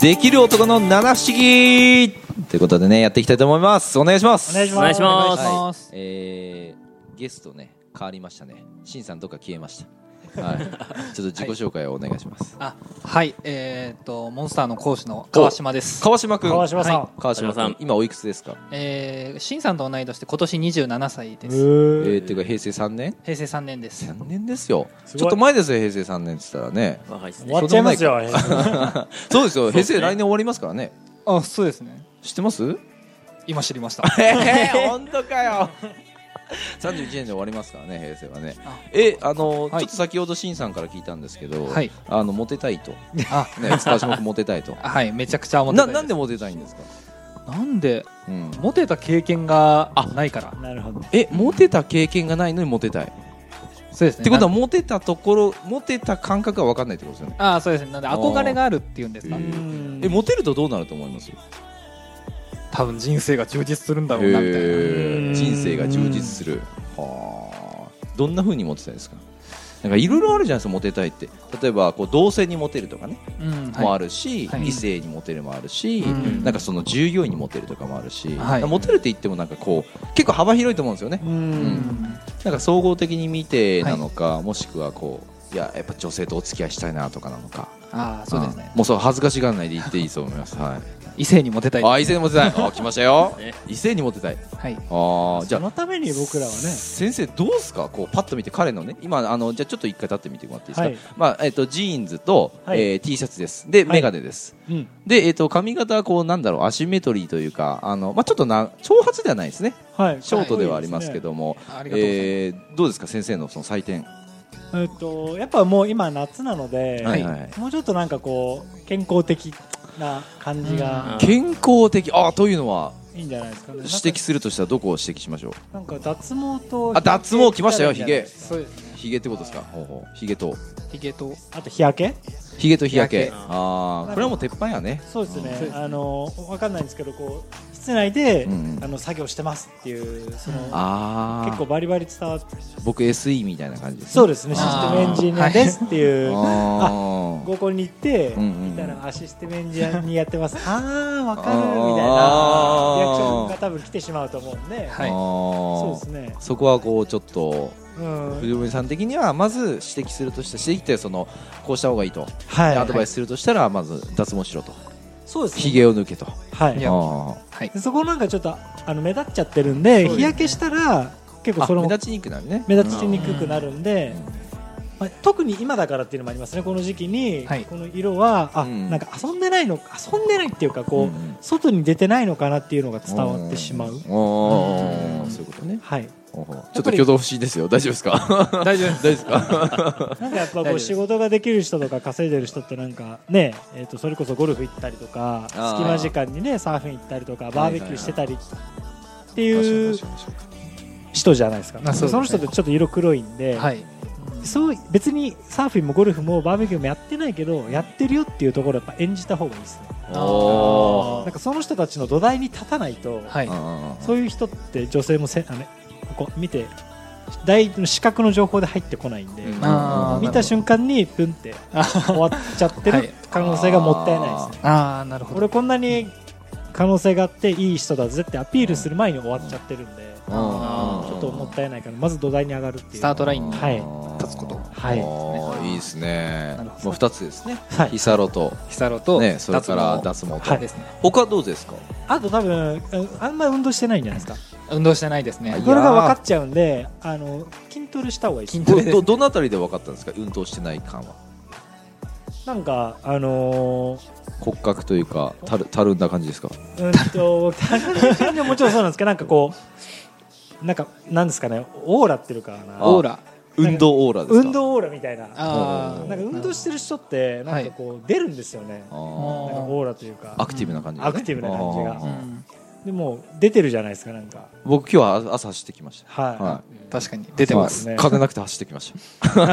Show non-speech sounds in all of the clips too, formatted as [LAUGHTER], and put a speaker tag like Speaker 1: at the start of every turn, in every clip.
Speaker 1: できる男の七不思議ということでねやっていきたいと思いますお願いします
Speaker 2: お願いし
Speaker 3: お願いします
Speaker 1: はい、えー、ゲストね変わりましたねしんさんどっか消えましたはいちょっと自己紹介をお願いします、
Speaker 4: あはいえー、っとモンスターの講師の川島です
Speaker 1: 川島くん
Speaker 2: 川島さん、
Speaker 4: は
Speaker 1: 川島
Speaker 3: 川
Speaker 1: さん
Speaker 3: 島さん
Speaker 1: 今おいくつですか
Speaker 4: えー、しんさんと同い年で今年27歳で
Speaker 2: え
Speaker 4: す
Speaker 1: えー、
Speaker 2: ー
Speaker 1: っていうか平成3年
Speaker 4: 平成3年です
Speaker 1: 3年ですよ
Speaker 2: すごい
Speaker 1: ちょっと前ですよ平成3年って言ったらね
Speaker 3: 若いです
Speaker 2: 終
Speaker 3: ね
Speaker 2: わっちゃいますよ、
Speaker 1: そうですよ
Speaker 3: うで
Speaker 1: 平
Speaker 3: すね
Speaker 1: 成来年終わりますからね
Speaker 4: あそうですね
Speaker 1: 知ってます
Speaker 4: 今知りま [LAUGHS] した
Speaker 1: えー、 [LAUGHS] 本当かよ31年で終わりますからね平成はね
Speaker 4: あ
Speaker 1: えあ
Speaker 4: は
Speaker 1: の、
Speaker 4: い
Speaker 1: ちょっと先ほどしんさんから聞いたんですけど、
Speaker 4: はい
Speaker 1: あのモテたいと、ね、 [LAUGHS]
Speaker 4: あ
Speaker 1: 川島君モテたいと
Speaker 4: はいめちゃくちゃ思ってた
Speaker 1: ないな
Speaker 4: で
Speaker 1: んでモテたいんですか、
Speaker 4: すなんで
Speaker 1: うん、
Speaker 4: モテた経験がないから
Speaker 2: [LAUGHS] なるほど
Speaker 1: えモテた経験がないのにモテたいっ
Speaker 4: そうですね
Speaker 1: てことは
Speaker 4: なん
Speaker 1: モテたところモテた感覚が分かんないってことですよね
Speaker 4: あそうですねなんで憧れがあるっていうんですか
Speaker 1: あーうえ
Speaker 2: え
Speaker 1: モテるとどうなると思います
Speaker 4: 多分人生が充実するんだろうなみたいな
Speaker 1: へー人生が充実するはあどんな風にモテたいですかなんかいろいろあるじゃないですかモテたいって例えばこう同性にモテるとかね、
Speaker 4: うん
Speaker 1: もあ
Speaker 4: る
Speaker 1: るし、
Speaker 4: はい
Speaker 1: 異性にモテるもあるし、
Speaker 4: うん
Speaker 1: なんかその従業員にモテるとかもあるし、
Speaker 4: はい
Speaker 1: モテるって言ってもなんかこう結構幅広いと思うんですよね
Speaker 2: う
Speaker 4: うんん
Speaker 1: なんか総合的に見てなのか、もしくはこういややっぱ女性とお付き合いしたいなとかなのか
Speaker 4: あそうですね
Speaker 1: んもうそう恥ずかしがらないで言っていいと思います、はい、
Speaker 4: 異性にモテたい
Speaker 1: あ異性にモテたいあ来ましたよ
Speaker 3: ね
Speaker 1: 異性にモテたい
Speaker 4: はい
Speaker 1: あーじゃ
Speaker 2: そ
Speaker 1: あ
Speaker 2: のために僕らはね
Speaker 1: 先生どうですかこうパッと見て彼のね今あのじゃあちょっと一回立ってみてもらっていいですか、
Speaker 2: はい
Speaker 1: まあえっとジーンズと、
Speaker 2: はい
Speaker 1: えー T シャツですで
Speaker 2: い
Speaker 1: メガネです、
Speaker 2: うん
Speaker 1: で、えっと髪型はこうなんだろうアシンメトリーというかあの、まあ、ちょっとな長髪ではないですね
Speaker 2: はい
Speaker 1: ショートではありますけども、
Speaker 4: ありがとうございます
Speaker 1: えーどうですか先生のその採点、
Speaker 2: えっとやっぱもう今夏なので、
Speaker 1: はいはい
Speaker 2: もうちょっとなんかこう健康的な感じ
Speaker 3: う
Speaker 2: が
Speaker 3: ん
Speaker 1: 健康的あーというのはい
Speaker 2: いんじゃないですかね
Speaker 1: 指摘するとしたらどこを指摘しましょう
Speaker 2: なんかなんか脱毛と
Speaker 1: あ脱毛来ましたよ
Speaker 2: ひげ
Speaker 4: そうですね
Speaker 1: ヒゲってことですかほうほうヒゲと
Speaker 4: ヒゲと
Speaker 2: あと日焼け
Speaker 1: ヒゲと日焼け
Speaker 4: 日
Speaker 3: 焼け
Speaker 1: ああこれはもう鉄板やね
Speaker 2: そうです
Speaker 1: うん
Speaker 4: そうです
Speaker 2: ね
Speaker 4: ね
Speaker 2: あのわかんないんですけどこう室内で、
Speaker 1: うんうん
Speaker 2: あの作業してますっていうその
Speaker 1: ああ
Speaker 2: 結構バリバリ伝わって
Speaker 1: 僕 SE みたいな感じです
Speaker 2: そう
Speaker 1: で
Speaker 2: ですねシス
Speaker 4: あ
Speaker 2: テ
Speaker 4: ー
Speaker 2: ムエンジニアですって [LAUGHS] いう
Speaker 1: あー
Speaker 2: 合コンに行って、
Speaker 1: うんうんうん
Speaker 2: 見たらあシステムエンジニアにやってますああわかるみたいな
Speaker 1: あー
Speaker 2: リアクションが多分来てしまうと思うんで、
Speaker 1: あ
Speaker 4: はい
Speaker 1: ー
Speaker 2: そうですね、
Speaker 1: そこはこうちょっと
Speaker 2: うん、
Speaker 1: 藤森さん的にはまず指摘するとして指摘ってそのこうした方がいいと、
Speaker 2: はい
Speaker 1: でアドバイスするとしたらまず脱毛しろと
Speaker 2: そうですね
Speaker 1: ひげを抜けと
Speaker 2: はいい
Speaker 4: や
Speaker 1: あ
Speaker 4: はい
Speaker 2: でそこなんかちょっとあの目立っちゃってるんで
Speaker 4: そうですね
Speaker 2: 日焼けしたら結構
Speaker 1: あ
Speaker 2: それ
Speaker 1: 目
Speaker 2: も
Speaker 1: 立ちにくくなるね
Speaker 2: 目立ちにくくなるんで、
Speaker 1: う
Speaker 2: まあ、特に今だからっていうのもありますねこの時期に、
Speaker 4: はい
Speaker 2: この色はあ、
Speaker 1: うん
Speaker 2: なんか遊んでないの遊んでないっていうかこ
Speaker 1: ん
Speaker 2: う、
Speaker 1: うん
Speaker 2: 外に出てないのかなっていうのが伝わってしまう、
Speaker 1: んあー
Speaker 4: うん
Speaker 1: そういうことね
Speaker 2: はい
Speaker 1: ほうほうちょっと挙動不審ですよ大丈夫です
Speaker 4: [LAUGHS]
Speaker 1: か
Speaker 4: 大丈夫です
Speaker 1: 大丈夫ですか
Speaker 2: なんかやっぱ
Speaker 4: 大丈夫
Speaker 2: こ
Speaker 4: で
Speaker 2: う
Speaker 4: す
Speaker 2: 仕事ができる人とか稼いでる人ってなんかね、えー、とそれこそゴルフ行ったりとか
Speaker 1: あー
Speaker 2: 隙間時間にねサーフィン行ったりとかバーベキューしてたりっていう
Speaker 1: 確かに確か
Speaker 2: 人じゃないですか
Speaker 4: あそうですね
Speaker 2: その人ってちょっと色黒いんで、
Speaker 4: はい
Speaker 2: そう別にサーフィンもゴルフもバーベキューもやってないけどやってるよっていうところをやっぱ演じた方がいいですね
Speaker 1: におー
Speaker 2: なんかその人たちの土台に立たないと、
Speaker 4: はい
Speaker 1: あー
Speaker 2: そういう人って女性もせあのここ見て第一の視覚の情報で入ってこないんで、
Speaker 1: うん
Speaker 4: あー
Speaker 2: 見た瞬間にプンって終わっちゃって
Speaker 4: はい
Speaker 2: る可能性がもったいないですね、
Speaker 4: ああなるほど
Speaker 2: 俺こんなに可能性があっていい人だぜってアピールする前に終わっちゃってるんで、
Speaker 1: うん
Speaker 2: ちょっともったいないからまず土台に上がるっていう
Speaker 4: スタートラインに
Speaker 2: はい
Speaker 1: 立つこと
Speaker 2: はい
Speaker 1: いいですね
Speaker 4: なるほど
Speaker 1: もう二つですね
Speaker 2: はい
Speaker 1: ヒサロと
Speaker 4: ヒサロと
Speaker 1: ねそれ
Speaker 4: 脱毛
Speaker 1: から脱毛と
Speaker 2: はい
Speaker 4: ですね
Speaker 1: 他どうですか
Speaker 2: あと多分あんまり運動してないんじゃないですか
Speaker 4: 運動してないです
Speaker 1: は
Speaker 4: ね
Speaker 1: い
Speaker 2: これが分かっちゃうんであの筋トレした方がいいです
Speaker 4: 筋ト
Speaker 1: ど
Speaker 2: [LAUGHS]
Speaker 4: レで
Speaker 1: どどのあたりで分かったんですか運動してない感は
Speaker 2: なんかあのー
Speaker 1: 骨格というかたるたるんだ感じですか
Speaker 2: うんとでももちろんそうなんですけどなんかこうなんかなんですかねオーラっていうかな
Speaker 1: あ
Speaker 4: オーラ
Speaker 1: 運動オーラですか
Speaker 2: 運動オーラみたいななんか
Speaker 4: ああ
Speaker 2: 運動してる人ってなんかこう出るんですよね、
Speaker 1: あ
Speaker 2: なん
Speaker 1: ー
Speaker 2: かオーラというか
Speaker 1: アクティブな感じ、ね、
Speaker 2: アクティブな感じが
Speaker 1: あ
Speaker 4: う
Speaker 1: ー
Speaker 4: ん
Speaker 2: でもう出てるじゃないですかなんか
Speaker 1: 僕今日は朝走ってきました
Speaker 2: はい、
Speaker 1: はい
Speaker 4: 確かに出てます
Speaker 2: ね
Speaker 1: 風なくて走ってきま
Speaker 2: [LAUGHS]
Speaker 1: した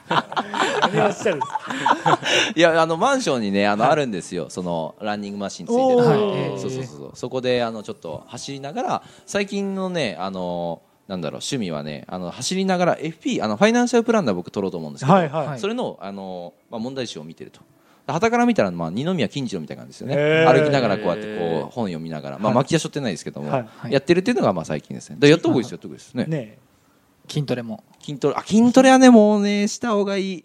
Speaker 1: [LAUGHS]
Speaker 2: 何をおっしゃるんです
Speaker 1: いやあのマンションにねあの、
Speaker 2: はい
Speaker 1: あるんですよそのランニングマシンついてる、
Speaker 2: おー
Speaker 1: はいそうそうそうそうそこであのちょっと走りながら最近のねあのなんだろう趣味はねあの走りながら FP あのファイナンシャルプランナー僕取ろうと思うんですけ
Speaker 2: か
Speaker 1: ど、
Speaker 2: はいはい、
Speaker 4: はい
Speaker 1: それのあの、まあ、問題集を見てると旗から見たらまあ二宮金次郎みたいな感じですよね、
Speaker 2: へー
Speaker 1: 歩きながらこうやってこう本読みながら、まあ、
Speaker 2: はい
Speaker 1: 巻き出しょってないですけども、
Speaker 2: はい
Speaker 3: はい
Speaker 1: やってるっていうのがまあ最近ですねだからやった方がいいですよやった方がいいですね
Speaker 2: ね
Speaker 3: 筋トレも
Speaker 1: 筋トレあ筋トレはねもうねした方がいい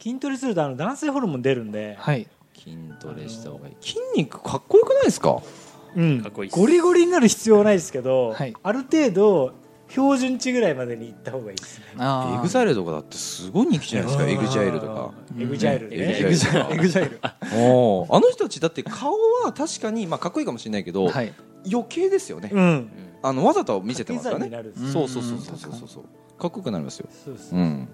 Speaker 2: 筋トレするとあの男性ホルモン出るんで、
Speaker 3: はい
Speaker 1: 筋トレした方がいい筋肉かっこよくないですか
Speaker 2: うん
Speaker 5: かっこいいっす
Speaker 2: ゴリゴリになる必要はないですけど、
Speaker 3: はい
Speaker 2: ある程度標準値ぐらいまでに行った方がいいですね
Speaker 3: あ
Speaker 1: エ
Speaker 3: ー
Speaker 1: グザイルとかだってすごい人気じゃないですかエグジャイルとか
Speaker 2: エグジャイルね
Speaker 1: エグジャイル
Speaker 2: エグジャイル
Speaker 1: おーあの人たちだって顔は確かに、まあ、かっこいいかもしれないけど、
Speaker 3: はい
Speaker 1: 余計ですよね、
Speaker 2: うん
Speaker 1: あのわざ [LAUGHS] と見せてますから
Speaker 2: 掛け算に
Speaker 1: ね
Speaker 2: なる
Speaker 3: うん
Speaker 1: そうそうそうそうそうそうそうかっこよくなりますよ、
Speaker 2: そうそう
Speaker 1: うん、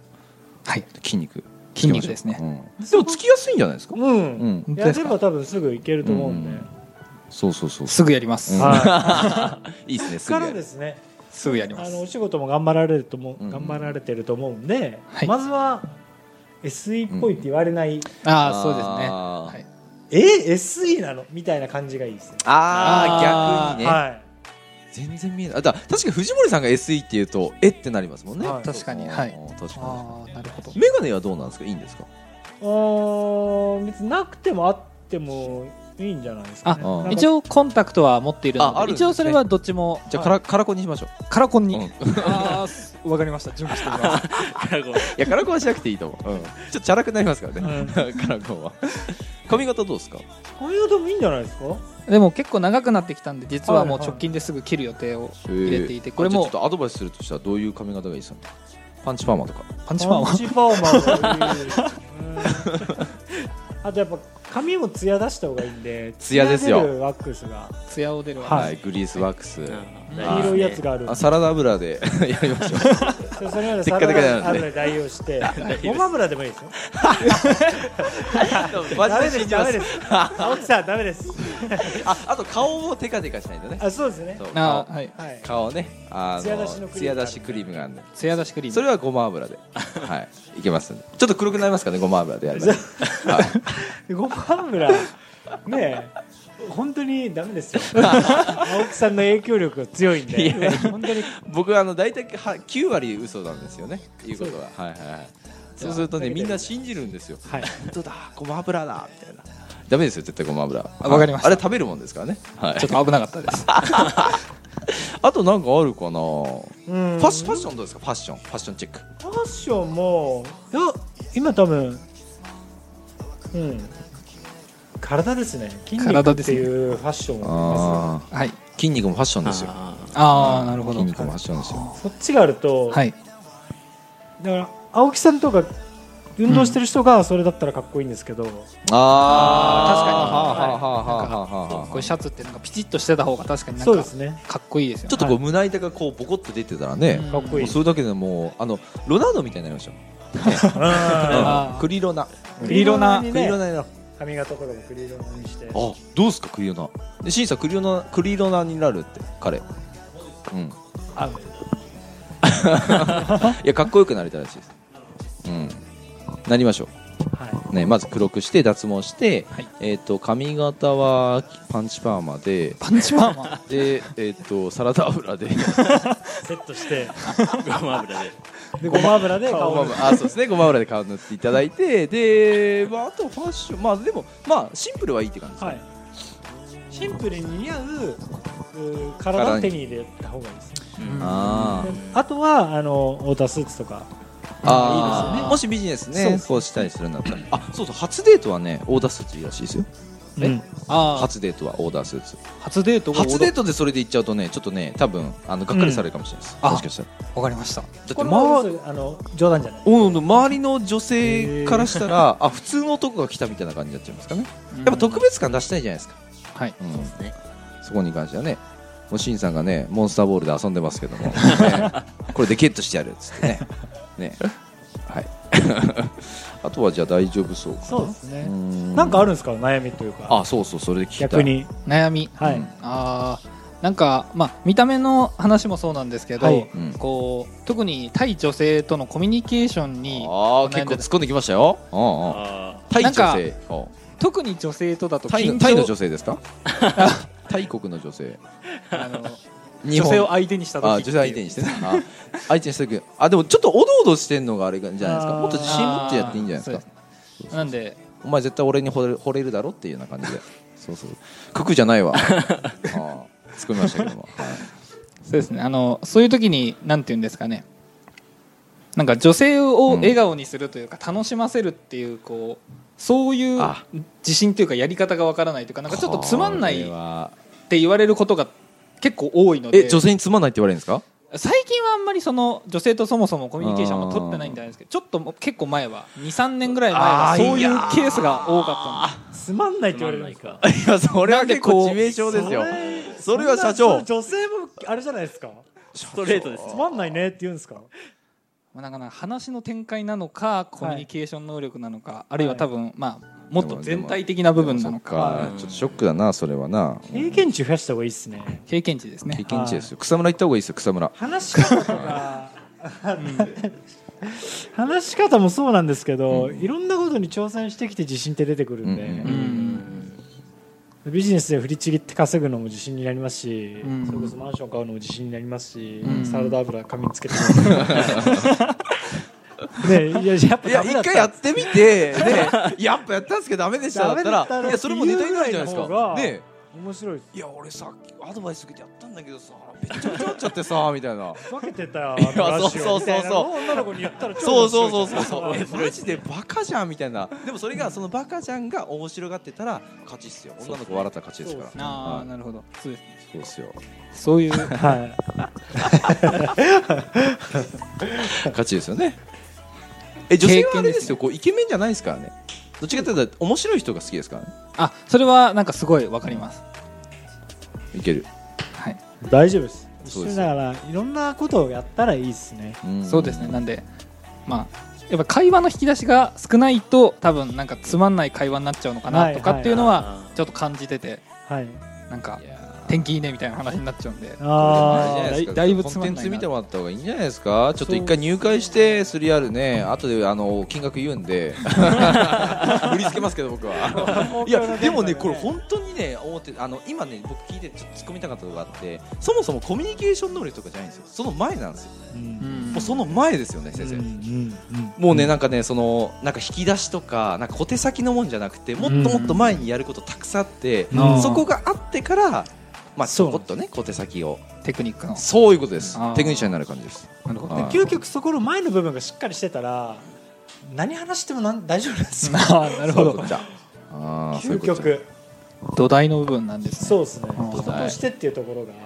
Speaker 3: はい
Speaker 1: 筋肉
Speaker 3: 筋肉ですね
Speaker 1: うんでもつきやすいんじゃないですか、
Speaker 2: う
Speaker 1: うんん、
Speaker 3: 本当
Speaker 2: や
Speaker 3: です
Speaker 2: れ
Speaker 3: か
Speaker 2: ば多分すぐいけると思うんで、
Speaker 1: うんそうそうそう
Speaker 3: すぐやります、
Speaker 1: うん [LAUGHS]
Speaker 2: はい
Speaker 1: いいですねすぐ
Speaker 2: か
Speaker 1: やる
Speaker 2: らですね
Speaker 3: すぐやりま
Speaker 2: あ
Speaker 3: す
Speaker 2: のお仕事も頑張られるとも
Speaker 1: うん
Speaker 2: 頑張られてると思うんで、
Speaker 3: はい
Speaker 2: まずは SE っぽいって言われない、
Speaker 3: ああそうですね
Speaker 1: あー
Speaker 3: はい
Speaker 2: え SE なのみたいな感じがいいですね
Speaker 1: あー
Speaker 3: あー
Speaker 1: 逆にね、
Speaker 2: は
Speaker 1: 全然見えないあだから確かに藤森さんが SE っていうとえってなりますもんね、
Speaker 2: はい
Speaker 3: 確かにはい
Speaker 1: あー確か
Speaker 3: ああなるほど
Speaker 1: にメガネはどうなんですかいいんですか
Speaker 2: いお別になくてもあってもいいんじゃないですか、ね、
Speaker 1: あ
Speaker 2: なんか
Speaker 3: 一応コンタクトは持っているので
Speaker 1: ああるんですね
Speaker 3: 一応それはどっちも
Speaker 1: じゃあカラカラコンにしましょう
Speaker 3: カラコンに、
Speaker 1: うん
Speaker 3: ああわかりました準備しておきます
Speaker 1: いやカラコンはしなくていいと思う、ちょっとチャラくなりますからね、
Speaker 2: うん
Speaker 1: カラコンは髪型どうですか
Speaker 2: こういうのもいいんじゃないですか
Speaker 3: でも結構長くなってきたんで実はもう
Speaker 2: はいはい
Speaker 3: 直近ですぐ切る予定を入れていて、これ
Speaker 1: じゃあ
Speaker 3: も
Speaker 1: ちょっとアドバイスするとしたらどういう髪型がいいですかパンチパーマとか
Speaker 3: パンチパン
Speaker 2: パ
Speaker 3: は
Speaker 2: ンチパーマがいいうんあとやっぱ髪もツヤ出した方がいいんで
Speaker 1: ツヤですよ
Speaker 2: ツ出るワックスが
Speaker 3: [LAUGHS] ツヤを出るわ、
Speaker 2: はい
Speaker 1: はいグリースワックス
Speaker 5: うん
Speaker 2: 黄色いやつがあるんで
Speaker 1: あサラダ油で [LAUGHS] やりましょう
Speaker 2: でそれまで
Speaker 1: テ
Speaker 2: サ
Speaker 1: ッカテカな
Speaker 2: ラダ
Speaker 1: んで
Speaker 2: 油で代用してごま油でもいいですよダ
Speaker 1: マ
Speaker 2: メ
Speaker 1: ジ
Speaker 2: で
Speaker 1: で信じ
Speaker 2: すダ
Speaker 1: ます
Speaker 2: メです青木さんダメです
Speaker 1: ああと顔もテカテカしないとね
Speaker 2: あそうですね
Speaker 1: そう
Speaker 3: あ
Speaker 1: 顔
Speaker 3: ーはい
Speaker 2: はい
Speaker 1: 顔ねあ
Speaker 2: 艶出しの
Speaker 1: の
Speaker 2: クリーム
Speaker 1: 艶出しクリームがあるんで
Speaker 3: ツヤ出しクリーム
Speaker 1: それはごま油
Speaker 3: [LAUGHS]
Speaker 1: ではいいけますんでちょっと黒くなりますかねごま油でやれば、はい、
Speaker 2: でごま油ねえ本当にダメですよ青木さんの影響力が強いん
Speaker 1: いや
Speaker 2: で本当に
Speaker 1: 僕はあの大体は9割嘘なんですよねいうことははいはいはいそうするとねみんな信じるんですよ
Speaker 2: はい
Speaker 1: 本当だごま油だみたいなダメですよ絶対ごま油
Speaker 3: あわかりました
Speaker 1: あれ食べるもんですからね、はい
Speaker 3: ちょっと危なかったです
Speaker 1: [LAUGHS] あとなんかあるかな
Speaker 2: うん
Speaker 1: ファッシファッションどうですかファッションファッションチェック
Speaker 2: ファッションもいや今多分うん体ですね筋肉
Speaker 3: 体
Speaker 2: っ
Speaker 3: で
Speaker 2: て
Speaker 3: すね
Speaker 2: いうファッションを
Speaker 1: あ
Speaker 3: はい
Speaker 1: 筋肉もファッションですよ
Speaker 3: ああなるほど
Speaker 1: 筋肉もファッションですよ
Speaker 2: そっちがあると、
Speaker 3: はい
Speaker 2: だから青木さんとか運動してる人がそれだったらかっこいいんですけど、
Speaker 1: あーはあは
Speaker 3: あー確かに
Speaker 1: あはあはあはあ
Speaker 3: こういうシャツってなんかピチッとしてた方が確かになん
Speaker 2: そうで
Speaker 3: か
Speaker 2: すね
Speaker 3: かっこいいですよ
Speaker 1: ちょ
Speaker 3: ね
Speaker 1: っとこう胸板がこうボコッと出てたらね、
Speaker 3: うん
Speaker 2: かっこい
Speaker 1: もう
Speaker 2: い
Speaker 1: それだけでもうあのロナウドみたいになりましょ
Speaker 3: あ
Speaker 1: う
Speaker 3: ー
Speaker 1: クリロナ
Speaker 3: 栗色な
Speaker 2: に
Speaker 1: クリ
Speaker 2: ね
Speaker 1: ロナになろう
Speaker 2: 髪型とかも栗色にして
Speaker 1: あどうですかクリロナでシンさんクリロナクリロナになるって彼うん
Speaker 2: あ
Speaker 1: [LAUGHS] いやかっこよくなれたらしいですうんなりましょ
Speaker 2: は
Speaker 1: う、ね、まず黒くして脱毛して、
Speaker 3: はい
Speaker 1: えっ、と髪型はパンチパーマで
Speaker 3: パンチパーマ
Speaker 1: でえっ、とサラダ油で
Speaker 2: いセットして
Speaker 5: ごま油で
Speaker 2: でごま油で
Speaker 1: ごま
Speaker 2: 顔を
Speaker 1: 油あそうですねごま油で顔塗っていただいてで、まあ、あとファッションまあでもまあシンプルはいいって感じですね、
Speaker 2: はいシンプルに似合ううー体を手に入れた方がいいですね
Speaker 5: うん
Speaker 1: あー
Speaker 2: あとはあのオーダースーツとか
Speaker 1: あー
Speaker 2: いいですよね
Speaker 1: もしビジネス
Speaker 2: そう
Speaker 1: ね
Speaker 2: です
Speaker 1: こうしたりするんだったらあそうそう初デートはねオーダースーツいいらしいですよえ
Speaker 2: うん
Speaker 3: あー
Speaker 1: 初デートはオーダースーツ
Speaker 3: 初デートが
Speaker 1: 初デートでそれで行っちゃうとねちょっとね多分あのがっかりされるかもしれないです、
Speaker 3: うん
Speaker 1: もしかしたら
Speaker 3: わかりました
Speaker 1: だって
Speaker 2: これ
Speaker 1: ま
Speaker 2: も
Speaker 1: あ
Speaker 2: あの冗談じゃない
Speaker 1: おの周りの女性からしたらあ普通の男が来たみたいな感じになっちゃいますかねやっ
Speaker 3: や
Speaker 1: ぱ特別感出したいじゃないですか、
Speaker 3: はい
Speaker 1: うん
Speaker 5: そうですね
Speaker 1: そこに関してはねもうシンさんがねモンスターボールで遊んでますけども、ねこれでゲットしてやるっつってねねはい [LAUGHS] あとはじゃあ大丈夫そうか
Speaker 2: そうですね
Speaker 1: な
Speaker 2: なんかあるんですか悩みというか
Speaker 1: あそうそうそれで聞きたい
Speaker 2: 逆に
Speaker 3: 悩み
Speaker 2: はい、
Speaker 1: うん
Speaker 3: あーなんか、まあ、見た目の話もそうなんですけど、
Speaker 2: はい
Speaker 1: うん
Speaker 3: こう特に対女性とのコミュニケーションに
Speaker 1: ああ結
Speaker 3: 悩ん
Speaker 1: 構
Speaker 3: で
Speaker 1: 突っ込んできましたようんうん
Speaker 5: あ
Speaker 1: 対
Speaker 3: なん
Speaker 1: 女
Speaker 3: か
Speaker 1: 性うん
Speaker 3: 特に女性とだと
Speaker 1: タイ
Speaker 3: 緊
Speaker 1: の
Speaker 3: 張
Speaker 1: タイの女性ですかタイ国の女性
Speaker 3: あの
Speaker 1: 日
Speaker 3: 女
Speaker 1: 本
Speaker 3: 性を相手にした時
Speaker 1: あ女性相手にしてねあ相手にしてくあでもちょっとおどおどしてんのがあれじゃないですか
Speaker 2: あー
Speaker 1: もっと自信持ってやっていいんじゃないですか
Speaker 3: かなんで
Speaker 1: お前絶対俺に惚れ惚れるだろっていうような感じでそうそうククじゃない [LAUGHS] わああ作りましたけども、はい
Speaker 3: そうですねあのそういう時に何て言うんですかねなんか女性を笑顔にするというか、楽しませるっていうこうそういう
Speaker 1: あ
Speaker 3: 自信というかやり方がわからないというかなんかちょっとつまんない
Speaker 1: これ
Speaker 3: っ
Speaker 1: は
Speaker 3: て言われることが結構多いの
Speaker 1: え
Speaker 3: で
Speaker 1: 女性につまんないって言われるんですか
Speaker 3: 最近はあんまりその女性とそもそもコミュニケーションも取ってないんじゃないですけどちょっともう結構前は23年ぐらい前は
Speaker 1: あー
Speaker 3: そうい
Speaker 1: いうやー
Speaker 3: ケースが多かったんで
Speaker 2: つまんないって言われるんですか
Speaker 1: いやそれは結構
Speaker 3: なんでこう
Speaker 1: 致命傷ですよそれは社
Speaker 2: そん
Speaker 1: 長
Speaker 2: な女性もあれじゃないですか
Speaker 6: ストレートです
Speaker 2: つまんないねって言うんですか
Speaker 3: まあなんかなんか話の展開なのかコミュニケーション能力なのか、あるいは多分、まあ、もっと全体的な部分なのか
Speaker 1: そっちょっとショックだなそれはな
Speaker 2: 経験値増やした方がいいですね
Speaker 3: 経験値ですね
Speaker 1: 経験値ですよ草むら行った方がいいですよ草むら
Speaker 2: 話し方とか話し方もそうなんですけど、いろんなことに挑戦してきて自信って出てくるんで、
Speaker 1: うんうん
Speaker 3: うん
Speaker 2: ビジネスで振りちぎって稼ぐのも自信になりますし、
Speaker 3: うん
Speaker 2: それこそマンション買うのも自信になりますし、
Speaker 3: うん
Speaker 2: サラダ油紙につけて
Speaker 1: [LAUGHS]
Speaker 2: もねいややっぱ
Speaker 1: いや
Speaker 2: ダメ
Speaker 1: 一
Speaker 2: だった
Speaker 1: 回やってみてね [LAUGHS] やっぱやったんですけどダメでしただっ
Speaker 2: ダメだったた
Speaker 1: ら
Speaker 2: ら
Speaker 1: いやそれもネタになるじゃないです
Speaker 2: 言うぐら
Speaker 1: か
Speaker 2: いの方が
Speaker 1: ね
Speaker 2: 面白い
Speaker 1: いや俺さアドバイス受けてやったんだけどさめっちゃくちゃなっちゃって [LAUGHS] さみたいな
Speaker 2: 分けてたよ
Speaker 1: いや
Speaker 2: あのラジオ
Speaker 1: そうそうそうそう
Speaker 2: みたいなのを女の子に言ったら超
Speaker 1: そう
Speaker 2: 面
Speaker 1: そ
Speaker 2: 白い
Speaker 1: うそうそうそうえマジでバカじゃんみたいなでもそれがそのバカじゃんが面白がってたら勝ちっすよ女の子笑ったら勝ちですから
Speaker 3: あ
Speaker 1: は
Speaker 3: あ
Speaker 1: い
Speaker 3: なるほどそうですね
Speaker 1: そうですよ
Speaker 3: そういう
Speaker 2: [LAUGHS] はい
Speaker 1: 勝ちですよねえ女性はあれですよこうイケメンじゃないですからねどっちかというと面白い人が好きですからね
Speaker 3: あそれはなんかすごいわかります
Speaker 1: いける
Speaker 3: はい
Speaker 2: 大丈夫です
Speaker 1: そう
Speaker 2: 一緒
Speaker 1: です
Speaker 2: にだからいろんなことをやったらいいですね
Speaker 3: そうですねなんでまあやっぱ会話の引き出しが少ないと多分なんかつまんない会話になっちゃうのかなとかっていうの
Speaker 6: はいはい
Speaker 3: は
Speaker 6: はい
Speaker 3: ちょっと感じてて
Speaker 2: はい
Speaker 3: なんか
Speaker 1: いやー
Speaker 3: 天気いいねみたいな話になっちゃうんで
Speaker 1: あ
Speaker 2: あ
Speaker 1: れじゃないですか
Speaker 3: だいだいぶ
Speaker 1: コ
Speaker 3: つ
Speaker 1: ン
Speaker 3: ま
Speaker 1: テ
Speaker 3: んないな
Speaker 1: ンツ見てもらった方がいいんじゃないですかちょっと一回入会して 3R ね後であの金額言うんで売りつけますけど僕はいやでもねこれ本当にね思ってあの今ね僕聞いてちょっと突っ込みたかったことがあってそもそもコミュニケーション能力とかじゃないんですよその前なんですよ
Speaker 2: あう
Speaker 3: うんん
Speaker 1: もうその前ですよね先生、
Speaker 2: うんうんうん
Speaker 1: もうねなんかねそのなんか引き出しとかなんか小手先のもんじゃなくてもっともっと前にやることたくさんあって、
Speaker 2: うん
Speaker 1: そこがあってからまあち
Speaker 2: そう
Speaker 1: ょこっとね小手先を
Speaker 3: テクニックの
Speaker 1: そういうことです
Speaker 3: あー
Speaker 1: テクニシャンになる感じです
Speaker 3: なるほ
Speaker 1: はい
Speaker 3: ど
Speaker 2: 究極そこの前の部分がしっかりしてたら何話してもなん大丈夫なんですよ
Speaker 3: あーなるほど
Speaker 1: じゃああーそういう
Speaker 2: 究
Speaker 1: ことじ
Speaker 2: 極
Speaker 3: 土台の部分なんですね
Speaker 2: そうですね
Speaker 3: ん
Speaker 2: 人としてっていうところが
Speaker 1: ゃ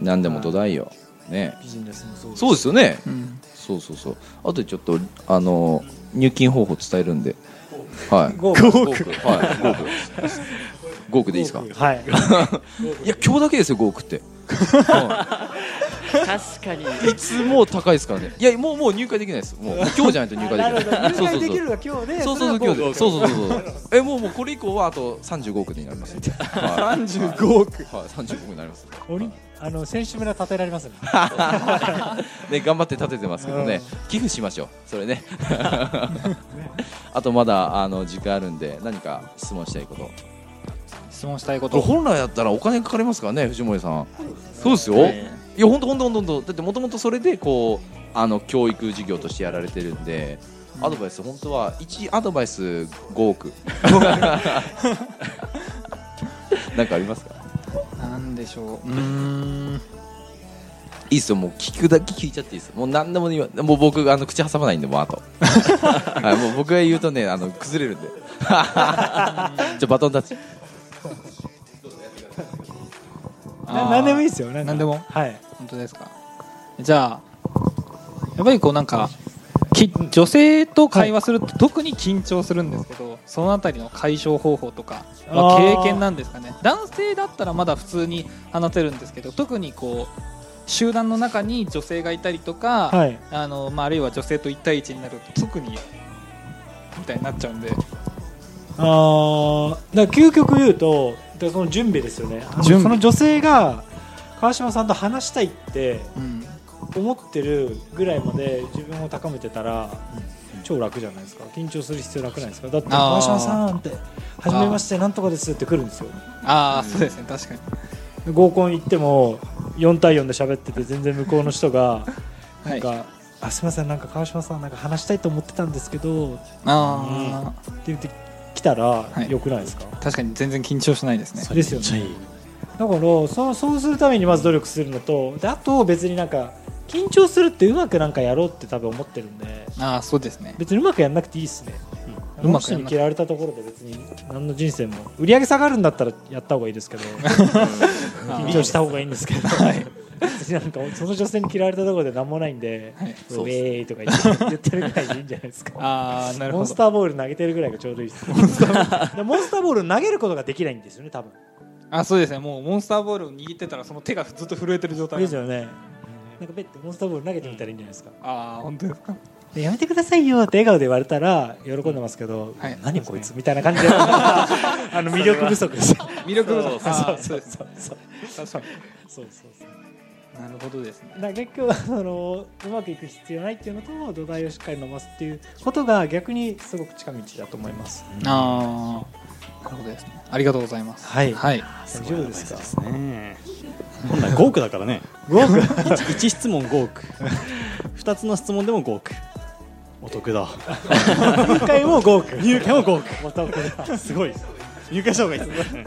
Speaker 1: ん何でも土台よね
Speaker 2: ビジネスもそうです
Speaker 1: そうですよね
Speaker 3: うん
Speaker 1: そうそうそうあとでちょっとあの入金方法伝えるんではい
Speaker 2: 5億
Speaker 1: 5億はい5億5億でいいですか
Speaker 2: はい
Speaker 1: いや今日だけですよ5億って、は
Speaker 6: 確かに
Speaker 1: い、いつも高いですからねいやもうもう入会できないですもう今日じゃないと入
Speaker 2: [LAUGHS] な
Speaker 1: 会で
Speaker 2: るほ
Speaker 1: きな
Speaker 2: ど
Speaker 1: い
Speaker 2: 入会できるが今日で
Speaker 1: そうそうそう今
Speaker 2: れが
Speaker 1: 日で
Speaker 2: 5
Speaker 1: そうそうそうそうえもうもうこれ以降はあと35億になりますんで、はい
Speaker 2: 35億
Speaker 1: はい、35億になります
Speaker 2: オリンあの選手村立てられますね
Speaker 1: ね、頑張って立ててますけどね
Speaker 2: う、
Speaker 1: 寄付しましょう、それね。あとまだあの時間あるんで、何か質問したいこと。
Speaker 3: 質問したいこ
Speaker 1: これ
Speaker 3: と
Speaker 1: 本来だったらお金かかりますからね、藤森さん。そうですよ。
Speaker 6: ね
Speaker 1: いや、本当本当本当、だってもともとそれでこう、あの教育事業としてやられてるんで。アドバイス本当は1アドバイス5億 [LAUGHS] なんかありますか
Speaker 3: なんでしょううーん
Speaker 1: いいっすよもう聞くだけ聞いちゃっていいっすよもう何でも言わもう僕あの口挟まないんでもうあ [LAUGHS] と、はい、もう僕が言うとねあの崩れ [LAUGHS] るんでじゃバトンタッチ
Speaker 2: な何でもいい
Speaker 3: い
Speaker 2: ですよなんか
Speaker 3: 何でも
Speaker 2: はい
Speaker 3: 本当ですかじゃあやっぱりこうなんかき女性と会話すると特に緊張するんですけど、そのあたりの解消方法とかは
Speaker 2: あー
Speaker 3: 経験なんですかね男性だったらまだ普通に話せるんですけど特にこう集団の中に女性がいたりとか、
Speaker 2: はい
Speaker 3: あのまあ、あるいは女性と1対1になると特にみたいになっちゃうんで
Speaker 2: あーだから究極言うとだからその準備ですよねあの
Speaker 3: 準備
Speaker 2: その女性が川島さんと話したいって
Speaker 3: うん
Speaker 2: 思ってるぐらいまで自分を高めてたら超楽じゃないですか緊張する必要なくないですかだって
Speaker 3: あー
Speaker 2: 川島さんって「初めましてなんとかです」って来るんですよ
Speaker 3: ああそうですね確かに
Speaker 2: で合コン行っても4対4で喋ってて全然向こうの人が
Speaker 3: [LAUGHS] は
Speaker 2: なん
Speaker 3: い
Speaker 2: か、
Speaker 3: あ
Speaker 2: あすみませんなんか川島さんなんか話したいと思ってたんですけど
Speaker 3: あ
Speaker 2: って言ってたら
Speaker 3: い
Speaker 2: 良くないですか、
Speaker 3: 確かに全然緊張しないですね
Speaker 2: ですよねだからそうそうするためにまず努力するのとであと別になんか緊張するってうまくなんかやろうって多分思ってるんで
Speaker 3: ああそうですね
Speaker 2: 別にうまくやんなくていいですね、
Speaker 3: う
Speaker 2: う
Speaker 3: ん
Speaker 2: まく人に嫌われたところで別に何の人生も売り上げ下がるんだったらやった方がいいですけど [LAUGHS] 緊張した方がいいんです
Speaker 3: [LAUGHS]
Speaker 2: けど、別になんかその女性に嫌われたところで何もないんで、
Speaker 3: はい
Speaker 2: ウェーイとか言って言ってるぐらいでいいんじゃないですか
Speaker 3: あ [LAUGHS] あなる
Speaker 2: モ
Speaker 3: ほ
Speaker 2: ンス
Speaker 3: ど
Speaker 2: ターボール投げてるぐらいがちょうどいい
Speaker 3: [LAUGHS]
Speaker 2: ですモンスターボール投げることができないんですよね多分
Speaker 3: あそうですねもうモンスターボールを握ってたらその手がずっと震えてる状態
Speaker 2: ですよねなんかベッてモンスターボール投げてみたらいいんじゃないですか、
Speaker 3: ああ本当ですか
Speaker 2: でやめてくださいよって笑顔で言われたら喜んでますけど、
Speaker 3: はい
Speaker 2: 何こいつみたいな感じで [LAUGHS] あの魅力不足です
Speaker 3: 魅力不
Speaker 6: そう
Speaker 3: 足あーそうです
Speaker 2: [LAUGHS] そうそう
Speaker 3: 確かに
Speaker 2: そうそう
Speaker 3: なるほどですね
Speaker 2: だから結局はそのうまくいく必要ないっていうのと土台をしっかり伸ばすっていうことが逆にすごく近道だと思います
Speaker 3: ああなるほどですねありがとうございます
Speaker 2: はい
Speaker 3: はい
Speaker 2: 大丈夫ですか
Speaker 5: ですね本来5億だからね [LAUGHS]
Speaker 2: 5
Speaker 5: 1質問5億2つの質問でも5億お得だ
Speaker 2: 億1回も5億
Speaker 5: 入会も5億 [LAUGHS]
Speaker 2: またこれだ
Speaker 5: すごい入会した方がいいですね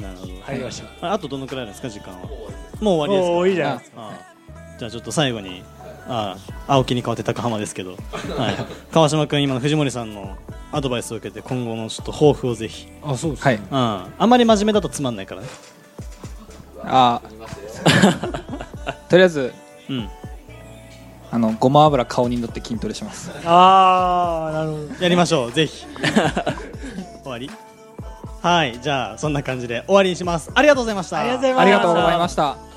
Speaker 5: なるほど、
Speaker 2: 入りましょう
Speaker 5: ああとどのくらいなんですか時間はもう終わりですか
Speaker 2: おおーいいじゃないですか
Speaker 5: ああじゃあちょっと最後にああ青木に代わって高浜ですけど、はい、川島君今の藤森さんのアドバイスを受けて今後のちょっと抱負をぜひ
Speaker 2: あそうです
Speaker 3: はい
Speaker 5: あああんまり真面目だとつまんないからね
Speaker 3: ああとりあえず
Speaker 5: うん
Speaker 3: あのごま油顔に塗って筋トレします
Speaker 2: ああなるほど
Speaker 5: やりましょうぜ
Speaker 2: [LAUGHS]
Speaker 5: ひ終わりはいじゃあそんな感じで終わりにしますありがとうございました
Speaker 2: ありがとうございます
Speaker 3: ありがとうございました